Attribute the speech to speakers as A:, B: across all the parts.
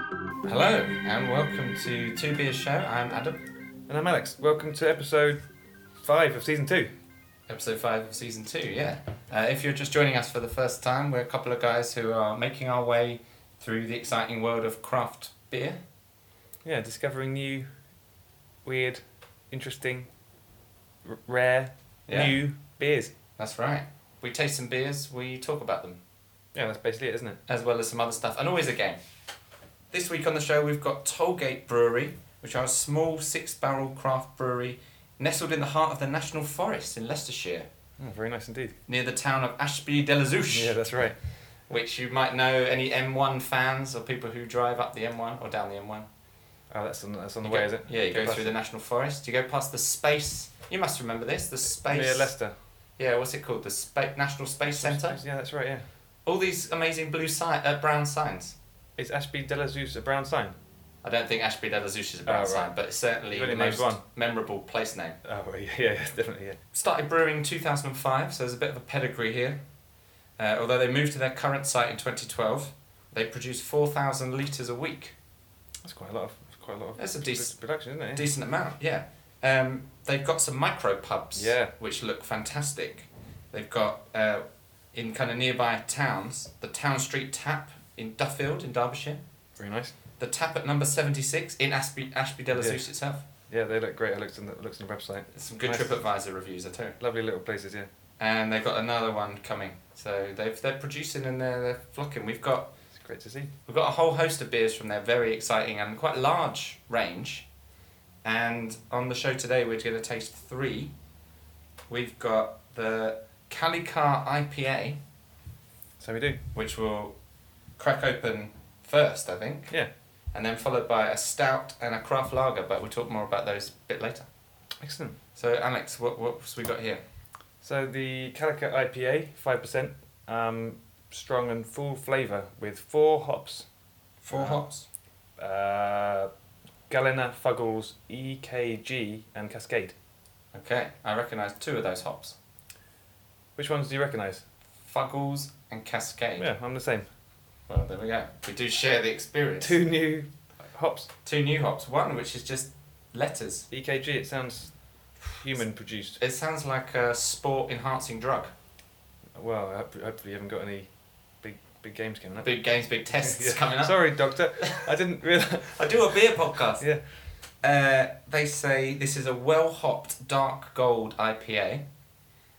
A: Hello and welcome to Two Beers Show. I'm Adam,
B: And I'm Alex. Welcome to episode five of season two.
A: episode five of season two. Yeah. Uh, if you're just joining us for the first time, we're a couple of guys who are making our way through the exciting world of craft beer.
B: Yeah, discovering new, weird, interesting, r- rare,
A: Yeah,
B: new beers.
A: that's right. We taste some beers, we talk about them,
B: Yeah, that's basically it, isn't it?
A: as well as some other stuff, and always a game. This week on the show, we've got Tollgate Brewery, which are a small six-barrel craft brewery nestled in the heart of the National Forest in Leicestershire,
B: Oh, very nice indeed.
A: near the town of Ashby de la Zouche.
B: Yeah, that's right.
A: which you might know any M1 fans or people who drive up the M1 or down the M1.
B: Oh, that's on, that's on the
A: You
B: way,
A: go-
B: is it?
A: Yeah, you go
B: past-
A: through the National Forest. You go past the space. You must remember this. The space.
B: Near Leicester.
A: yeah, what's it called? The spa- National Space Centre.
B: Yeah, that's right, yeah.
A: All these amazing blue si- uh, brown signs.
B: Is Ashby de la Zeus a brown sign?
A: I don't think Ashby de la Zouche is a brown
B: Oh, right.
A: sign, but it's certainly
B: It only
A: the
B: makes
A: most
B: one.
A: memorable place name.
B: Oh, well, yeah, yeah, definitely, yeah.
A: Started brewing in 2005, so there's a bit of a pedigree here. Uh, although they moved to their current site in 2012, they produce 4,000 litres a week.
B: That's quite a lot of, that's quite a lot of
A: That's a
B: pr-
A: decent-
B: production, isn't it?
A: decent amount. Yeah. Um, they've got some micro pubs.
B: Yeah.
A: Which look fantastic. They've got uh, in kind of nearby towns the Town Street Tap in Duffield in Derbyshire,
B: very nice.
A: the Tap at number seventy six in Ashby Ashby de la
B: Yeah.
A: Zouche itself.
B: Yeah, they look great. I looked on the, looked on the website.
A: There's some good
B: Nice.
A: TripAdvisor reviews there too.
B: Lovely little places, yeah.
A: And they've got another one coming. So they've they're producing and they're, they're flocking. We've got
B: It's great to see.
A: we've got a whole host of beers from their very exciting and quite large range. And on the show today, we're going to taste three. We've got the Calicar IPA,
B: So we do.
A: which we'll crack open first, I think,
B: Yeah.
A: and then followed by a stout and a craft lager, but we'll talk more about those a bit later.
B: Excellent.
A: So, Alex, what, what's we got here?
B: So the Calicut IPA, five percent, um, strong and full flavour with four hops.
A: Four
B: Uh,
A: hops.
B: Uh, Galena Fuggles EKG and Cascade.
A: Okay, I recognise two of those hops
B: Which ones do you recognise?
A: Fuggles and Cascade.
B: Yeah, I'm the same.
A: Well, there we go. We do share the experience.
B: Two new hops.
A: two new hops. One which is just letters.
B: EKG. It sounds human produced.
A: It sounds like a sport enhancing drug.
B: Well, I hope- hopefully you haven't got any big big games coming up.
A: Big games, big tests
B: Yeah.
A: coming up.
B: Sorry, doctor. I didn't realise.
A: I do a beer podcast.
B: Yeah.
A: Uh, they say this is a well hopped dark gold IPA,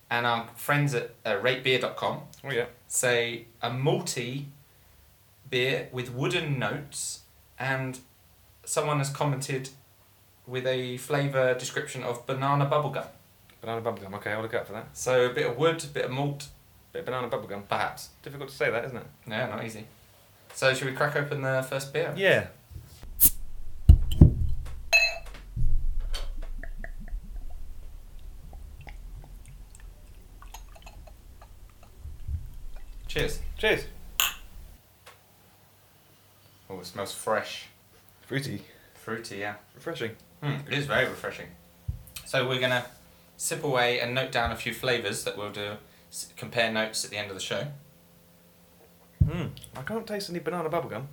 A: and our friends at uh, ratebeer.com
B: Oh yeah.
A: say a malty beer with wooden notes, and someone has commented with a flavour description of banana bubblegum.
B: Banana bubblegum. Okay, I'll look out for that.
A: So a bit of wood, a bit of malt,
B: Bit of banana bubblegum.
A: perhaps.
B: Difficult to say that, isn't it?
A: Yeah, not easy. So should we crack open the first beer?
B: Yeah.
A: Cheers.
B: Cheers.
A: Oh, it smells fresh.
B: Fruity.
A: Fruity, yeah.
B: Refreshing.
A: Hmm, it is very refreshing. So we're gonna sip away and note down a few flavours that we'll do s- compare notes at the end of the show.
B: Mm. I can't taste any banana bubblegum.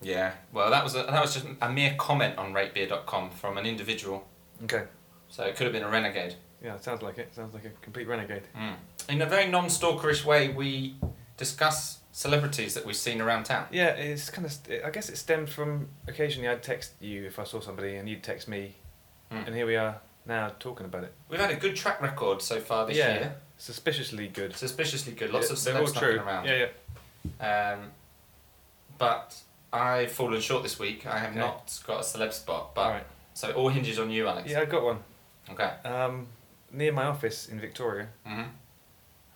A: Yeah. Well, that was a, that was just a mere comment on ratebeer.com from an individual.
B: Okay.
A: So it could have been a renegade.
B: Yeah, sounds like it. Sounds like a complete renegade.
A: Hmm. In a very non-stalkerish way, we discuss celebrities that we've seen around town.
B: Yeah, it's kind of. I guess it stems from occasionally I'd text you if I saw somebody and you'd text me,
A: Mm.
B: and here we are now talking about it.
A: We've had a good track record so far this
B: Yeah.
A: year.
B: Suspiciously good.
A: Suspiciously good. Lots
B: Yeah,
A: of
B: they're all
A: celebs knocking
B: true.
A: around.
B: Yeah, yeah.
A: Um, but I've fallen short this week. I have
B: Okay.
A: not got a celeb spot, but
B: All right.
A: so it all hinges on you, Alex.
B: Yeah, I got one.
A: Okay.
B: Um, near my office in Victoria,
A: Mhm.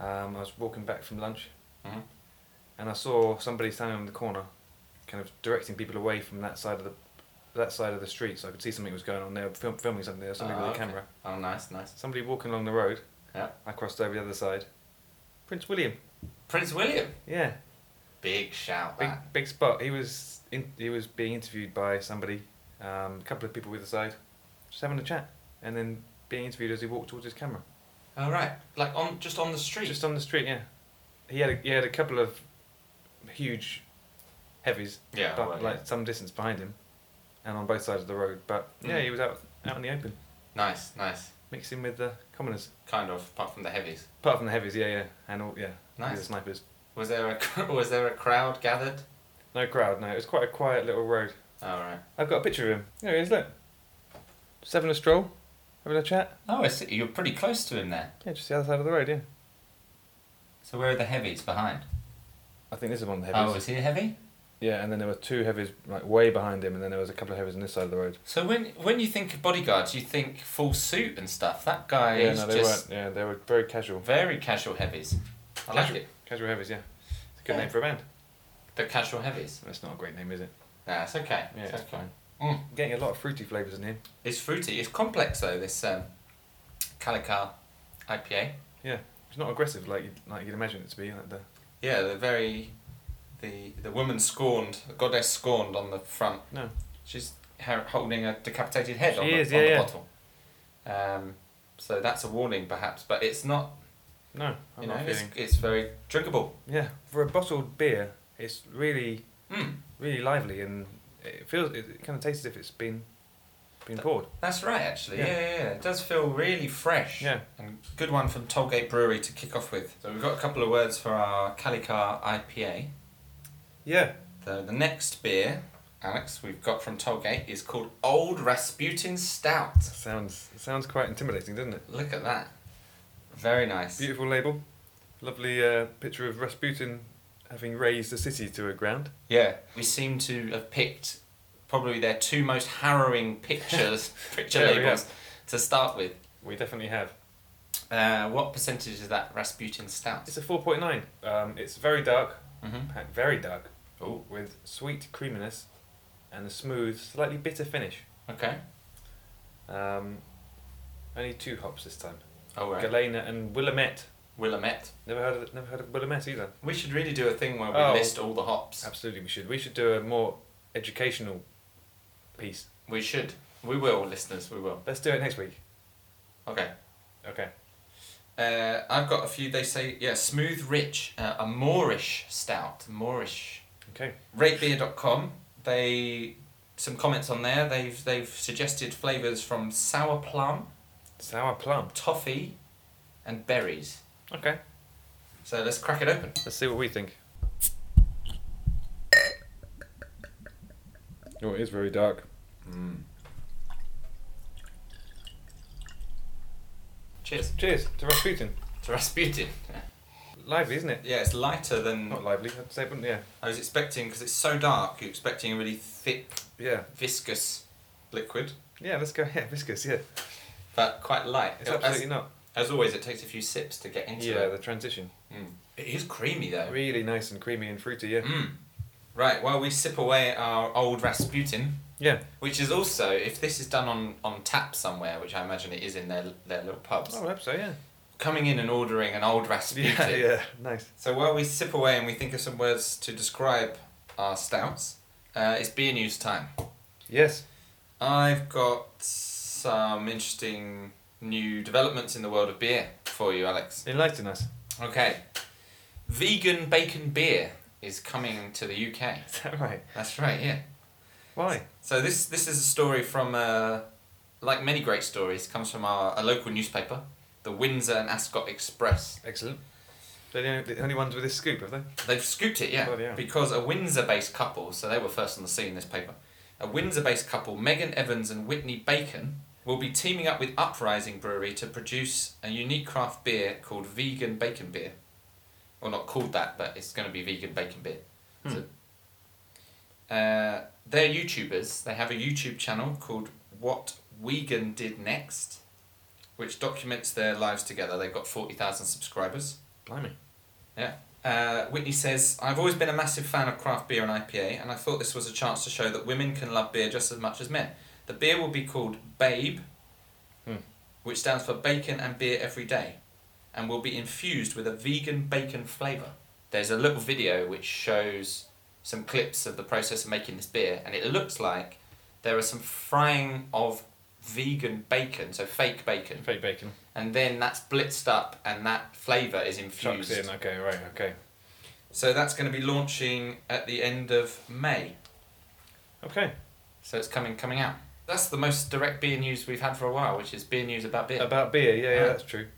B: um, I was walking back from lunch,
A: Mhm.
B: and I saw somebody standing on the corner, kind of directing people away from that side of the that side of the street. So I could see something was going on there, film, filming something there, somebody
A: Ah,
B: with a
A: okay.
B: camera.
A: Oh, nice, nice.
B: Somebody walking along the road.
A: Yeah.
B: I crossed over the other side. Prince William.
A: Prince William.
B: Yeah.
A: Big shout.
B: Big
A: that.
B: big spot. He was in, he was being interviewed by somebody, um, a couple of people with the side, just having a chat, and then being interviewed as he walked towards his camera.
A: All right. Like on just on the street.
B: Just on the street. Yeah. He had a, he had a couple of huge heavies,
A: Yeah,
B: but
A: well, yeah.
B: like some distance behind him, and on both sides of the road. But yeah,
A: Mm.
B: he was out out in the open,
A: Nice, nice.
B: mixing with the commoners.
A: Kind of, apart from the heavies.
B: Apart from the heavies, yeah, yeah, and all, yeah, with the
A: Nice.
B: snipers.
A: Was there a cr- was there a crowd gathered?
B: No crowd, no. It was quite a quiet little road.
A: All right.
B: I've got a picture of him. There he is. Look, just having a stroll, having a chat.
A: Oh, I see. You're pretty close to him there.
B: Yeah, just the other side of the road. Yeah,
A: So where are the heavies behind?
B: I think this is one of the heavies.
A: Oh, is he a heavy?
B: Yeah, and then there were two heavies like way behind him, and then there was a couple of heavies on this side of the road.
A: So when when you think bodyguards, you think full suit and stuff. That guy
B: yeah,
A: is
B: no, they
A: just
B: weren't. Yeah, they were very casual.
A: very casual heavies. I like
B: Casual.
A: it.
B: Casual heavies, yeah. It's a good
A: Yeah.
B: name for a band.
A: The casual heavies.
B: That's not a great name, is it?
A: Nah, it's okay.
B: Yeah,
A: it's
B: it's
A: okay.
B: fine.
A: Mm.
B: I'm getting a lot of fruity flavours in here.
A: It's fruity. It's complex though. This um, Calicar IPA.
B: It's not aggressive like you'd, like you'd imagine it to be. Like the
A: Yeah, the very the the woman scorned, the goddess scorned on the front.
B: no,
A: She's ha- holding a decapitated head
B: She
A: on, the,
B: is,
A: on
B: yeah,
A: the
B: yeah.
A: bottle. Um, so that's a warning perhaps, but it's not.
B: no, I'm
A: You know,
B: not
A: it's,
B: feeling.
A: it's very drinkable.
B: Yeah, for a bottled beer, it's really,
A: Mm.
B: really lively, and it feels it, it kind of tastes as if it's been, been poured.
A: That's right, actually. Yeah.
B: Yeah.
A: yeah, yeah, It does feel really fresh.
B: Yeah.
A: And good one from Tollgate Brewery to kick off with. So we've got a couple of words for our Calicar IPA.
B: Yeah.
A: The, the next beer, Alex, we've got from Tollgate is called Old Rasputin Stout.
B: Sounds sounds quite intimidating, doesn't it?
A: Look at that. Very nice.
B: Beautiful label. Lovely uh, picture of Rasputin having raised the city to a ground.
A: Yeah. We seem to have picked probably their two most harrowing pictures, picture
B: There we
A: labels to start with.
B: We definitely have.
A: Uh, what percentage is that Rasputin Stout?
B: It's a 4.9. Um, it's very dark,
A: Mm-hmm.
B: packed very dark,
A: Oh,
B: with sweet creaminess and a smooth, slightly bitter finish.
A: okay.
B: Um, only two hops this time.
A: All right.
B: Galena and Willamette.
A: Willamette.
B: Never heard of never heard of Willamette either.
A: We should really do a thing where we
B: Oh.
A: list all the hops.
B: Absolutely, we should. We should do a more educational piece.
A: We should. We will, listeners. We will.
B: Let's do it next week.
A: Okay.
B: Okay.
A: Uh, I've got a few. They say, yeah, smooth, rich, uh, a Moorish stout. Moorish.
B: Okay.
A: Ratebeer.com. They some comments on there. They've they've suggested flavors from sour plum,
B: Sour plum.
A: toffee, and berries.
B: Okay.
A: So let's crack it open.
B: Let's see what we think. Oh, it is very dark.
A: Cheers
B: Cheers to Rasputin.
A: to Rasputin.
B: Lively, isn't it?
A: Yeah, it's lighter than
B: Not lively, I'd say, but yeah.
A: I was expecting because it's so dark. You're expecting a really thick,
B: Yeah.
A: viscous liquid.
B: Yeah, let's go. Yeah, viscous, yeah.
A: but quite light.
B: It's
A: As-
B: absolutely not.
A: as always, it takes a few sips to get into
B: Yeah,
A: it.
B: the transition.
A: Mm. It is creamy though.
B: Really nice and creamy and fruity, yeah.
A: Mm. Right, while we sip away our old Rasputin,
B: Yeah.
A: which is also, if this is done on, on tap somewhere, which I imagine it is in their, their little pubs,
B: Oh, I hope so, yeah.
A: coming in and ordering an old Rasputin.
B: Yeah, yeah. Nice.
A: So while we sip away and we think of some words to describe our stouts, uh, it's beer news time.
B: Yes.
A: I've got some interesting new developments in the world of beer for you, Alex.
B: Enlighten us.
A: Okay. Vegan bacon beer is coming to the UK.
B: Is that right?
A: That's right, yeah.
B: Why?
A: So this this is a story from uh, like many great stories comes from our a local newspaper, the Windsor and Ascot Express.
B: Excellent. They're the only, the only ones with this scoop, have they?
A: They've scooped it, yeah,
B: Bloody hell.
A: because a Windsor-based couple, so they were first on the scene this paper. A Windsor-based couple, Megan Evans and Whitney Bacon, will be teaming up with Uprising Brewery to produce a unique craft beer called Vegan Bacon Beer. Well, not called that, but it's going to be Vegan Bacon Beer.
B: Hmm.
A: So, uh, they're YouTubers. They have a YouTube channel called What Vegan Did Next, which documents their lives together. They've got 40,000 subscribers.
B: Blimey.
A: Uh, Whitney says, I've always been a massive fan of craft beer and IPA, and I thought this was a chance to show that women can love beer just as much as men. The beer will be called Babe,
B: Hmm.
A: which stands for Bacon and Beer Every Day, and will be infused with a vegan bacon flavour. There's a little video which shows some clips of the process of making this beer, and it looks like there are some frying of vegan bacon, so fake bacon,
B: Fake bacon.
A: and then that's blitzed up and that flavour is infused.
B: Chucks in. Okay, right, okay.
A: So that's going to be launching at the end of May.
B: Okay.
A: So it's coming coming out. That's the most direct beer news we've had for a while, which is beer news about beer.
B: About beer, yeah, Uh-huh. yeah,
A: Alright.
B: that's true.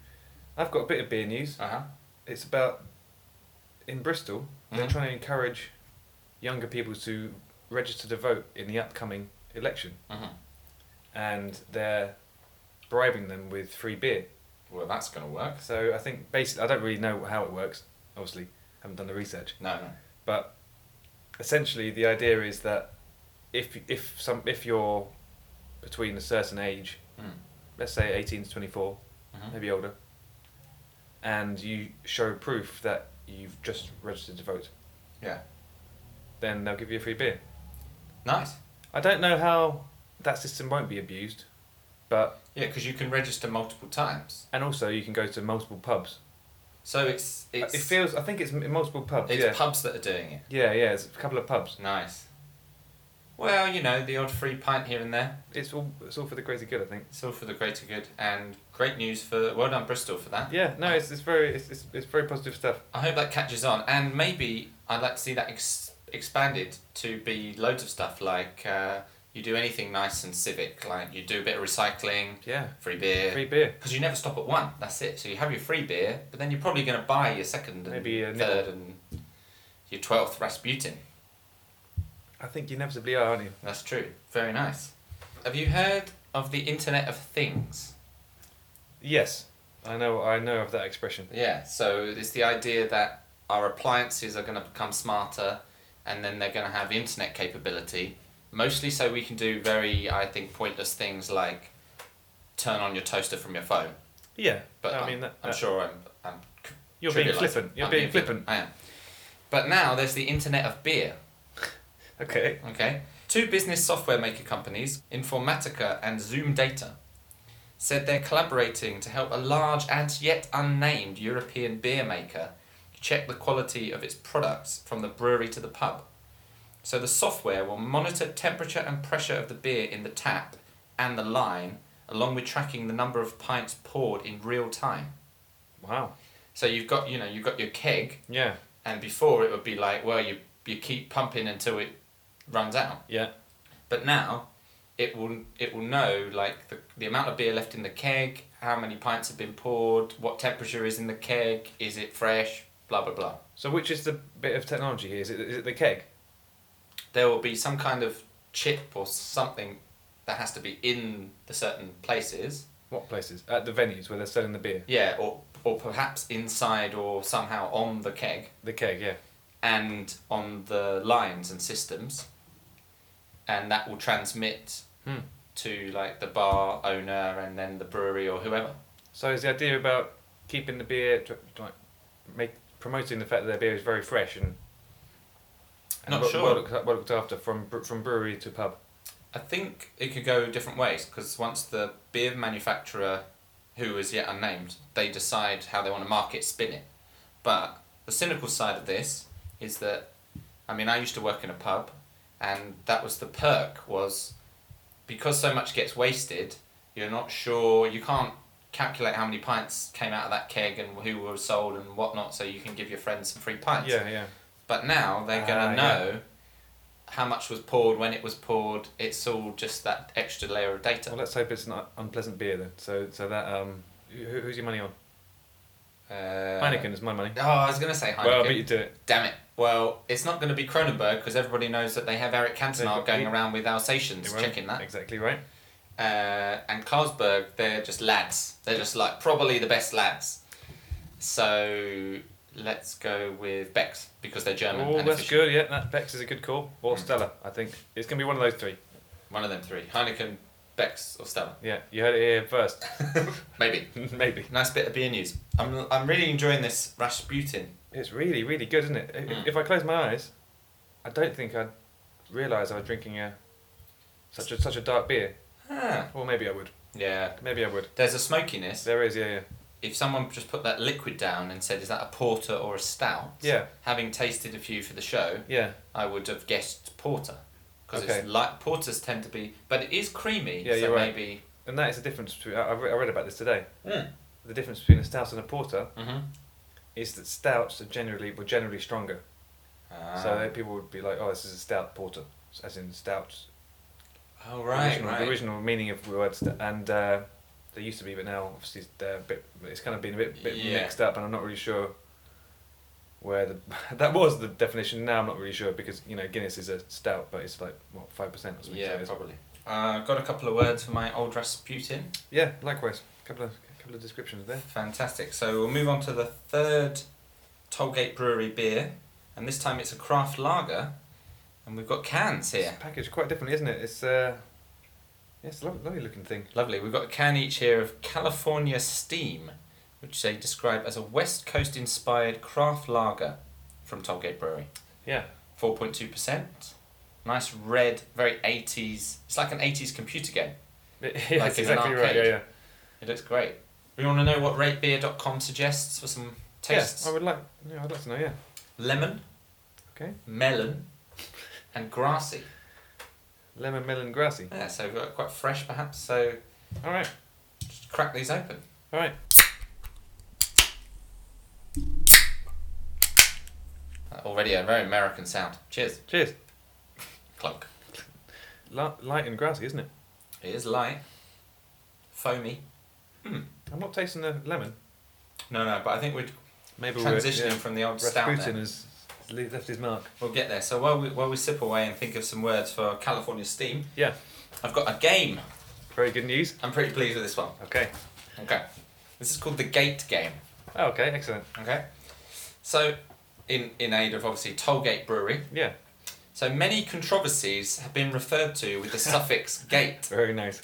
B: I've got a bit of beer news.
A: Uh huh.
B: It's about in Bristol, they're
A: Mhm.
B: trying to encourage younger people to register to vote in the upcoming election,
A: hmm
B: and they're bribing them with free beer.
A: Well, that's going to work.
B: So I think basically, I don't really know how it works. Obviously, haven't done the research,
A: No, no.
B: but essentially the idea is that if if some if you're between a certain age,
A: Mm.
B: let's say eighteen to twenty four,
A: Mhm.
B: maybe older, and you show proof that you've just registered to vote,
A: Yeah.
B: then they'll give you a free beer.
A: Nice.
B: I don't know how that system won't be abused, but
A: Yeah, because you can register multiple times.
B: and also you can go to multiple pubs.
A: So it's it's
B: it feels I think it's m- multiple pubs.
A: it's
B: yeah.
A: pubs that are doing it.
B: yeah, yeah, it's a couple of pubs.
A: Nice. Well, you know the odd free pint here and there.
B: It's all it's all for the greater good, I think.
A: It's all for the greater good, and great news for well done Bristol for that.
B: Yeah, no, it's, it's very it's, it's, it's very positive stuff.
A: I hope that catches on, and maybe I'd like to see that ex- expanded to be loads of stuff like uh, you do anything nice and civic, like you do a bit of recycling,
B: Yeah,
A: free beer,
B: free beer.
A: because you never stop at one. That's it. So you have your free beer, but then you're probably going to buy your second and
B: Maybe a
A: third and your twelfth Rasputin.
B: I think you inevitably are, aren't you?
A: That's true. Very nice. Have you heard of the Internet of Things?
B: Yes, I know. I know of that expression.
A: Yeah, so it's the idea that our appliances are going to become smarter and then they're going to have internet capability, mostly so we can do very, I think, pointless things like turn on your toaster from your phone.
B: Yeah,
A: But
B: I
A: I'm,
B: mean, that,
A: I'm
B: that-
A: sure I'm, I'm
B: you're being
A: trivialising.
B: flippant. You're
A: I'm
B: being flippant.
A: I am. But now there's the Internet of Beer.
B: Okay.
A: Okay. Two business software maker companies, Informatica and Zoom Data, said they're collaborating to help a large and yet unnamed European beer maker check the quality of its products from the brewery to the pub. So the software will monitor temperature and pressure of the beer in the tap and the line, along with tracking the number of pints poured in real time.
B: Wow.
A: So you've got, you know, you've got your keg,
B: Yeah.
A: and before it would be like, well, you you keep pumping until it runs out.
B: Yeah.
A: But now, it will it will know like the, the amount of beer left in the keg, how many pints have been poured, what temperature is in the keg, is it fresh, blah blah blah.
B: So which is the bit of technology here? Is it is it the keg?
A: There will be some kind of chip or something that has to be in the certain places,
B: What places? At the venues where they're selling the beer.
A: yeah, or or perhaps inside or somehow on the keg
B: The keg. Yeah.
A: and on the lines and systems, and that will transmit
B: Hmm.
A: to like the bar owner and then the brewery or whoever.
B: So is the idea about keeping the beer, tr- tr- like, make promoting the fact that their beer is very fresh and. and
A: Not
B: well,
A: sure.
B: Well looked, well looked after from bre- from brewery to pub.
A: I think it could go different ways because once the beer manufacturer, who is yet unnamed, they decide how they want to market spin it. But the cynical side of this is that, I mean, I used to work in a pub, and that was the perk was, because so much gets wasted, you're not sure you can't calculate how many pints came out of that keg and who were sold and whatnot, so you can give your friends some free pints.
B: Yeah, yeah.
A: But now they're
B: Ah,
A: gonna
B: yeah.
A: know how much was poured, when it was poured. It's all just that extra layer of data.
B: Well, let's hope it's an un- unpleasant beer then. So, so that um, who, who's your money on?
A: Uh,
B: Heineken is my money.
A: Oh, I was gonna say Heineken.
B: Well, I bet you do it.
A: Damn it. Well, it's not gonna be Cronenberg because everybody knows that they have Eric
B: They've
A: Cantona
B: got-
A: going around with Alsatians
B: You're right.
A: checking that.
B: Exactly right.
A: Uh, and Carlsberg, they're just lads. They're just like probably the best lads. So let's go with Beck's because they're German
B: oh,
A: and
B: that's
A: efficient.
B: good. Yeah, that Bex is a good call. Or
A: Hmm.
B: Stella, I think it's gonna be one of those three.
A: One of them three: Heineken, Beck's, or Stella.
B: Yeah, you heard it here first.
A: Maybe.
B: Maybe
A: Nice bit of beer news. I'm, I'm really enjoying this Rasputin.
B: it's really, really good, isn't it? If,
A: Mm.
B: if I close my eyes, I don't think I'd realise I was drinking a such a such a dark beer.
A: Ah.
B: Or maybe I would.
A: Yeah.
B: Maybe I would.
A: There's a smokiness.
B: There is, yeah, yeah,
A: If someone just put that liquid down and said, is that a porter or a stout?
B: yeah,
A: Having tasted a few for the show,
B: yeah.
A: I would have guessed porter. Because
B: Okay.
A: it's light, porters tend to be, but it is creamy.
B: Yeah,
A: so
B: you're right.
A: maybe.
B: And that is the difference between. I, I re- I read about this today.
A: Mm.
B: The difference between a stout and a porter
A: hmm
B: is that stouts are generally were generally stronger.
A: Ah.
B: So then people would be like, "Oh, this is a stout porter," as in stout.
A: oh
B: the
A: right,
B: original,
A: right.
B: The original meaning of the word stout, and uh, there used to be, but now obviously it's, uh, a bit, it's kind of been a bit, bit
A: Yeah.
B: mixed up, and I'm not really sure where the that was the definition. Now I'm not really sure because you know Guinness is a stout, but it's like what five percent or something. so
A: yeah,
B: it's-
A: probably. Uh, got a couple of words for my old Rasputin.
B: yeah. Likewise, couple of couple of descriptions there.
A: Fantastic. So we'll move on to the third Tollgate Brewery beer, and this time it's a craft lager, and we've got cans here.
B: It's packaged quite differently, isn't it? It's uh, yeah, it's a lovely, lovely looking thing.
A: Lovely. We've got a can each here of California Steam, which they describe as a West Coast inspired craft lager from Tollgate Brewery.
B: Yeah.
A: 4.2%. Nice red, very 80s. It's like an 80s computer game.
B: yeah
A: in
B: that's
A: an
B: exactly right. Yeah,
A: arcade.
B: yeah.
A: It looks great. We want to know what ratebeer.com suggests for some tastes.
B: Yeah, I would like. Yeah, I'd like to know. Yeah.
A: Lemon,
B: Okay.
A: melon, and grassy.
B: Lemon, melon, grassy.
A: Yeah, so we've got quite fresh perhaps, so
B: All right.
A: just crack these open.
B: All right.
A: Uh, Already a very American sound. Cheers.
B: Cheers.
A: Clunk.
B: Li- Light and grassy, isn't it?
A: It is light. Foamy.
B: I'm not tasting the lemon.
A: No, no, but I think we're
B: Maybe we're
A: transitioning
B: yeah.
A: from the old stout
B: Rasputin
A: there.
B: has le- left his mark.
A: We'll get there. So while we, while we sip away and think of some words for California Steam,
B: Yeah.
A: I've got a game.
B: Very good news.
A: I'm pretty pleased with this one.
B: Okay.
A: Okay. This is called the Gate Game.
B: Oh, okay. Excellent.
A: Okay. So, in, in aid of obviously Tollgate Brewery,
B: Yeah.
A: so many controversies have been referred to with the suffix gate.
B: Very nice.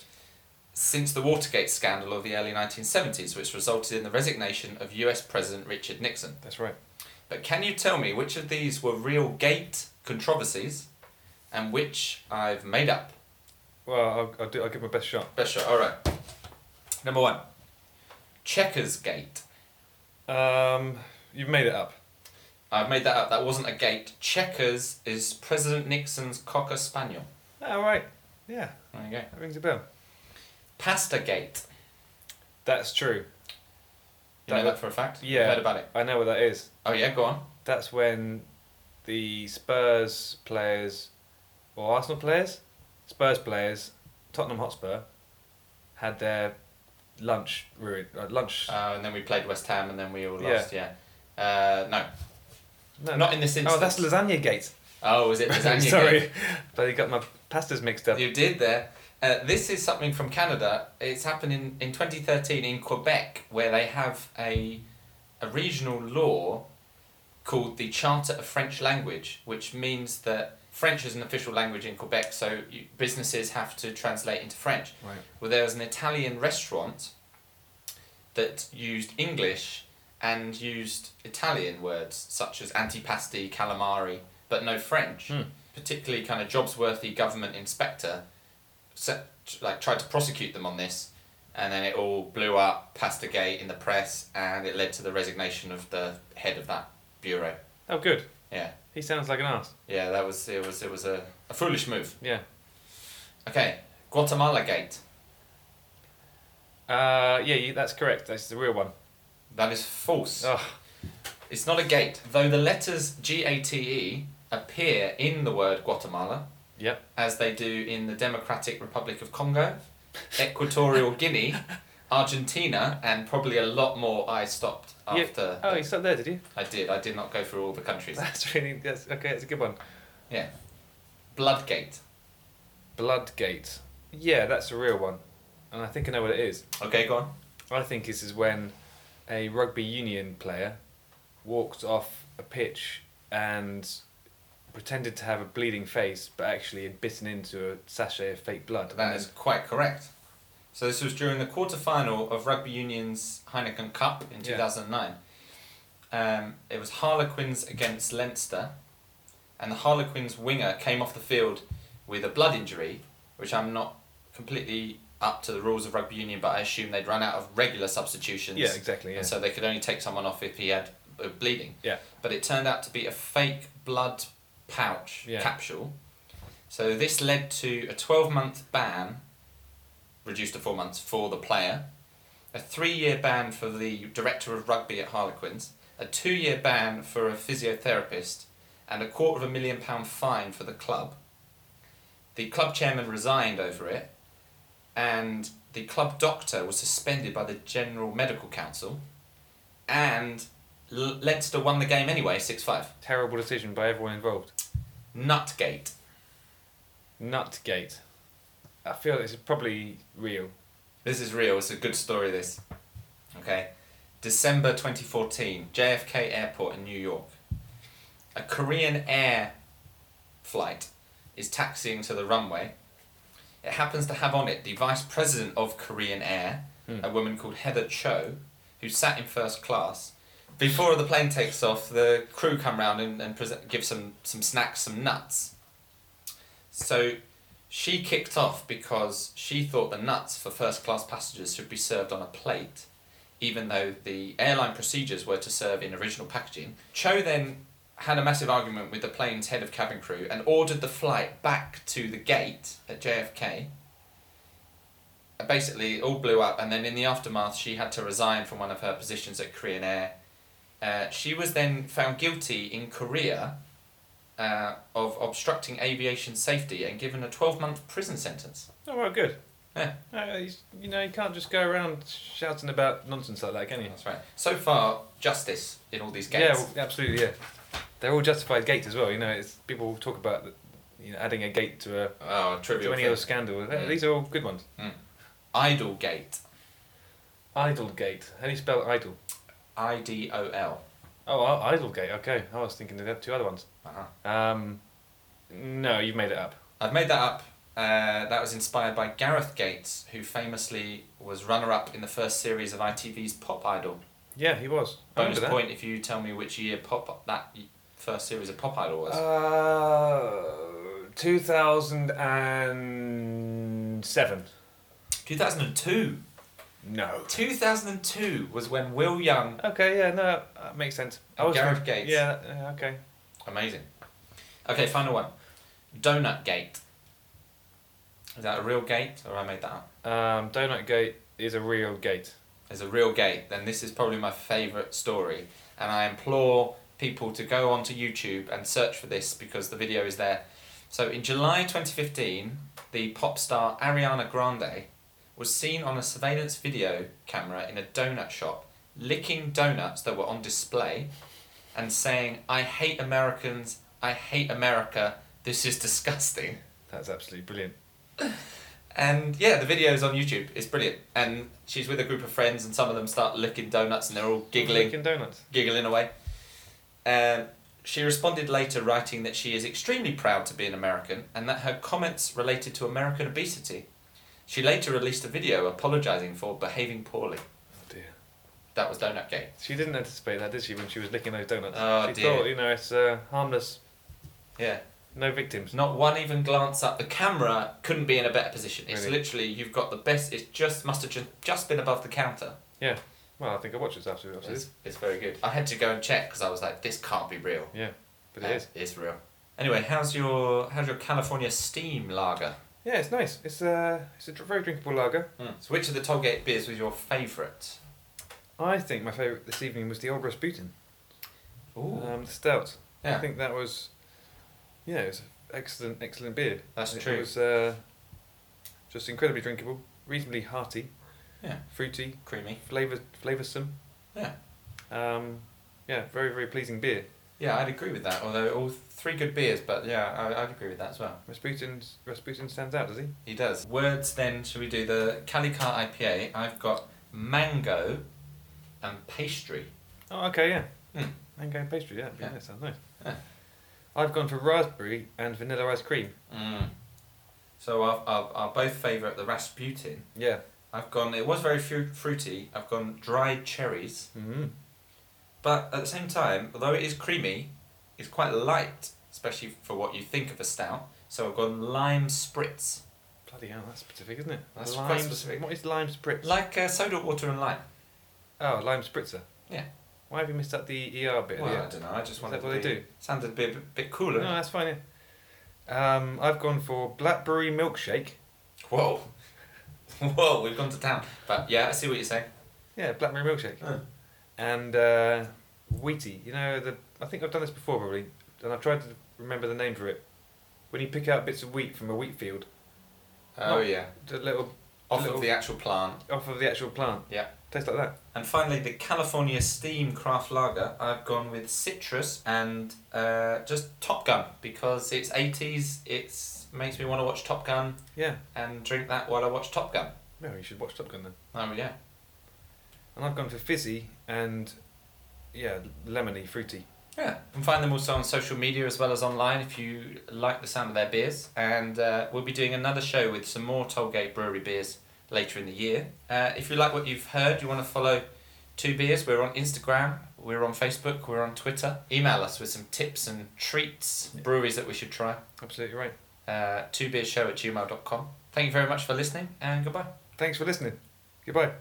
B: That's right.
A: But can you tell me which of these were real gate controversies and which I've made up?
B: Well, I'll, I'll do. I'll give my best shot.
A: Best shot, alright. Number one Checkers Gate.
B: Um, you've made it up.
A: I've made that up, that wasn't a gate. Checkers is President Nixon's Cocker Spaniel.
B: All right. Yeah.
A: There you go.
B: That rings a bell.
A: Pasta Gate.
B: That's true.
A: You know
B: That-
A: that for a fact? You've
B: yeah.
A: Heard about it.
B: I know what that is.
A: Oh, yeah, go on.
B: That's when the Spurs players or Arsenal players, Spurs players, Tottenham Hotspur, had their lunch ruined. Uh, lunch.
A: Uh, and then we played West Ham and then we all
B: Yeah.
A: lost, yeah. Uh, no,
B: no,
A: not in this instance.
B: oh, that's lasagna gate.
A: Oh, is it lasagna?
B: Sorry, but you got my pastas mixed up.
A: You did there. Uh, this is something from Canada. It's happened in, in 2013 in Quebec, where they have a, a regional law called the Charter of French Language, which means that French is an official language in Quebec, so you, businesses have to translate into French.
B: Right.
A: Well, there was an Italian restaurant that used English and used Italian words such as antipasti, calamari, but no French.
B: Hmm.
A: Particularly, kind of jobsworthy government inspector, set, like tried to prosecute them on this, and then it all blew up, Pastagate in the press, and it led to the resignation of the head of that bureau.
B: Oh, good.
A: Yeah,
B: He sounds like an ass.
A: yeah, that was it. Was it was a, a foolish move.
B: Yeah.
A: Okay, Guatemala Gate.
B: Uh, yeah, you, that's correct. That's the real one.
A: That is false.
B: Oh,
A: It's not a gate, though the letters G A T E appear in the word Guatemala,
B: yep.
A: as they do in the Democratic Republic of Congo, Equatorial Guinea, Argentina, and probably a lot more. I stopped
B: Yeah.
A: after
B: Oh, you stopped there, did you?
A: I did. I did not go through all the countries.
B: That's really. That's okay. It's a good one.
A: Yeah, Bloodgate.
B: Bloodgate. Yeah, that's a real one, and I think I know what it is.
A: Okay, go on.
B: I think this is when a rugby union player walked off a pitch and pretended to have a bleeding face, but actually had bitten into a sachet of fake blood.
A: That is quite correct. So this was during the quarter final of Rugby Union's Heineken Cup in
B: Yeah.
A: 2009. Um, it was Harlequins against Leinster, and the Harlequins winger came off the field with a blood injury, which I'm not completely up to the rules of rugby union, but I assume they'd run out of regular substitutions.
B: yeah, exactly. Yeah.
A: And so they could only take someone off if he had uh, bleeding.
B: Yeah.
A: But it turned out to be a fake blood pouch
B: Yeah.
A: capsule. So this led to a 12 month ban, reduced to four months, for the player, a three year ban for the director of rugby at Harlequins, a two year ban for a physiotherapist, and a quarter of a million pound fine for the club. The club chairman resigned over it, and the club doctor was suspended by the General Medical Council, and L- Leinster won the game anyway, 6 5.
B: Terrible decision by everyone involved.
A: Nutgate.
B: Nutgate. I feel this is probably real.
A: This is real. It's a good story. This, okay, December twenty fourteen, JFK Airport in New York. A Korean Air flight is taxiing to the runway. It happens to have on it the vice president of Korean Air,
B: Hmm.
A: a woman called Heather Cho, who sat in first class. Before the plane takes off, the crew come round and, and present, give some, some snacks, some nuts. So she kicked off because she thought the nuts for first class passengers should be served on a plate, even though the airline procedures were to serve in original packaging. Cho then had a massive argument with the plane's head of cabin crew and ordered the flight back to the gate at JFK. Uh, Basically, it all blew up, and then in the aftermath, she had to resign from one of her positions at Korean Air. Uh, she was then found guilty in Korea uh, of obstructing aviation safety and given a 12 month prison sentence.
B: Oh well, good.
A: Yeah.
B: Uh, you, you know, you can't just go around shouting about nonsense like that, can you?
A: That's right. So far, justice in all these games.
B: Yeah, well, absolutely. Yeah, they're all justified gates as well. You know, it's people talk about you know adding a gate to a
A: oh, a
B: to
A: trivial.
B: any
A: thing.
B: other scandal. Th-
A: Mm.
B: These are all good ones.
A: Idol Gate.
B: Idol gate. How do you spell idol?
A: I D O L.
B: Oh, I- idol gate. Okay, I was thinking there were two other ones.
A: Uh-huh.
B: Um, no, you've made it up.
A: I've made that up. Uh, that was inspired by Gareth Gates, who famously was runner up in the first series of ITV's Pop Idol.
B: Yeah, he was. I
A: Bonus
B: remember that.
A: point if you tell me which year Pop that y- first series of Pop Idol was.
B: Uh, 2007.
A: 2002.
B: No.
A: 2002 was when Will Young.
B: Okay, yeah, no, that makes sense.
A: And Gareth
B: thinking-
A: Gates.
B: Yeah, yeah, okay.
A: Amazing. Okay, final one. Donut Gate. Is that a real gate, or I made that up?
B: Um, Donut Gate is a real gate.
A: There's a real gate, then this is probably my favourite story. And I implore people to go onto YouTube and search for this because the video is there. So in July 2015, the pop star Ariana Grande was seen on a surveillance video camera in a donut shop licking donuts that were on display and saying, I hate Americans, I hate America, this is disgusting.
B: That's absolutely brilliant.
A: And yeah, the video's on YouTube. It's brilliant. And she's with a group of friends, and some of them start licking donuts, and they're all giggling,
B: Lincoln Donuts.
A: giggling away. Um, she responded later, writing that she is extremely proud to be an American, and that her comments related to American obesity. She later released a video apologising for behaving poorly.
B: Oh dear.
A: That was Donut Gate.
B: She didn't anticipate that, did she, when she was licking those donuts?
A: Oh,
B: she
A: dear.
B: thought, you know, it's uh, harmless,
A: Yeah.
B: no victims.
A: Not one even glance up. The camera couldn't be in a better position. It's
B: Really?
A: literally you've got the best. It just must have just, just been above the counter.
B: Well, I think I watched this after after this.
A: It's, it's very good. I had to go and check because I was like, this can't be real.
B: Yeah, but
A: Uh,
B: it is.
A: It's real. Anyway, how's your how's your California steam lager?
B: Yeah, it's nice. It's, uh, it's a dr- very drinkable lager.
A: So which of the Tollgate beers was your favourite?
B: I think my favourite this evening was the Old Rasputin,
A: Uh,
B: um, the stout. I
A: yeah,
B: think that was, yeah, it was excellent, excellent beer.
A: that's
B: it
A: true.
B: was uh, just incredibly drinkable, reasonably hearty,
A: Yeah.
B: fruity,
A: creamy.
B: flavour, flavoursome.
A: Yeah.
B: Um, yeah, very, very pleasing beer.
A: Yeah, I'd agree with that. Although all three good beers, but yeah, I, I'd agree with that as well.
B: Rasputin's, Rasputin stands out, does he?
A: He does. Words then, should we do the Calicar IPA? I've got mango and pastry.
B: Oh, okay, yeah.
A: Hmm.
B: Mango and pastry, yeah, yeah.
A: Yeah.
B: that sounds nice.
A: Yeah.
B: I've gone for raspberry and vanilla ice cream.
A: Mm. So our, our, our both favourite, the Rasputin.
B: Yeah.
A: I've gone, it was very fru- fruity. I've gone dried cherries.
B: Mm.
A: But at the same time, although it is creamy, it's quite light, especially for what you think of a stout. So I've gone lime spritz,
B: Bloody hell, that's specific, isn't it?
A: That's
B: lime,
A: quite specific.
B: What is lime spritz?
A: like uh, soda water and lime.
B: oh, lime spritzer.
A: Yeah.
B: Why have you missed out the ER bit? at
A: Well, eh?
B: the
A: I
B: end?
A: don't know. I just
B: Is
A: wanted
B: that what
A: to
B: they
A: be-
B: do?
A: sounded a bit, bit cooler.
B: No, that's fine. Yeah. Um, I've gone for blackberry milkshake.
A: Whoa, whoa, we've gone to town. But yeah, I see what you're saying.
B: Yeah, blackberry milkshake.
A: Oh.
B: And uh, wheaty. You know, the I think I've done this before probably, and I've tried to remember the name for it. When you pick out bits of wheat from a wheat field,
A: Oh
B: No.
A: yeah.
B: the little
A: Off
B: little-
A: of the actual plant.
B: off of the actual plant.
A: Yeah.
B: Tastes like that.
A: And finally, the California Steam Craft Lager. I've gone with citrus and uh, just Top Gun because it's 80s. It's makes me want to watch Top Gun
B: Yeah.
A: and drink that while I watch Top Gun.
B: No, you should watch Top Gun then.
A: Oh yeah.
B: And I've gone for fizzy and yeah, lemony, fruity.
A: Yeah, you can find them also on social media as well as online if you like the sound of their beers. And uh, we'll be doing another show with some more Tollgate Brewery beers later in the year. Uh, if you like what you've heard, you want to follow Two Beers, we're on Instagram, we're on Facebook, we're on Twitter. Email us with some tips and treats, breweries that we should try.
B: Absolutely right.
A: Uh, twobeershow at gmail.com. Thank you very much for listening and goodbye.
B: Thanks for listening. Goodbye.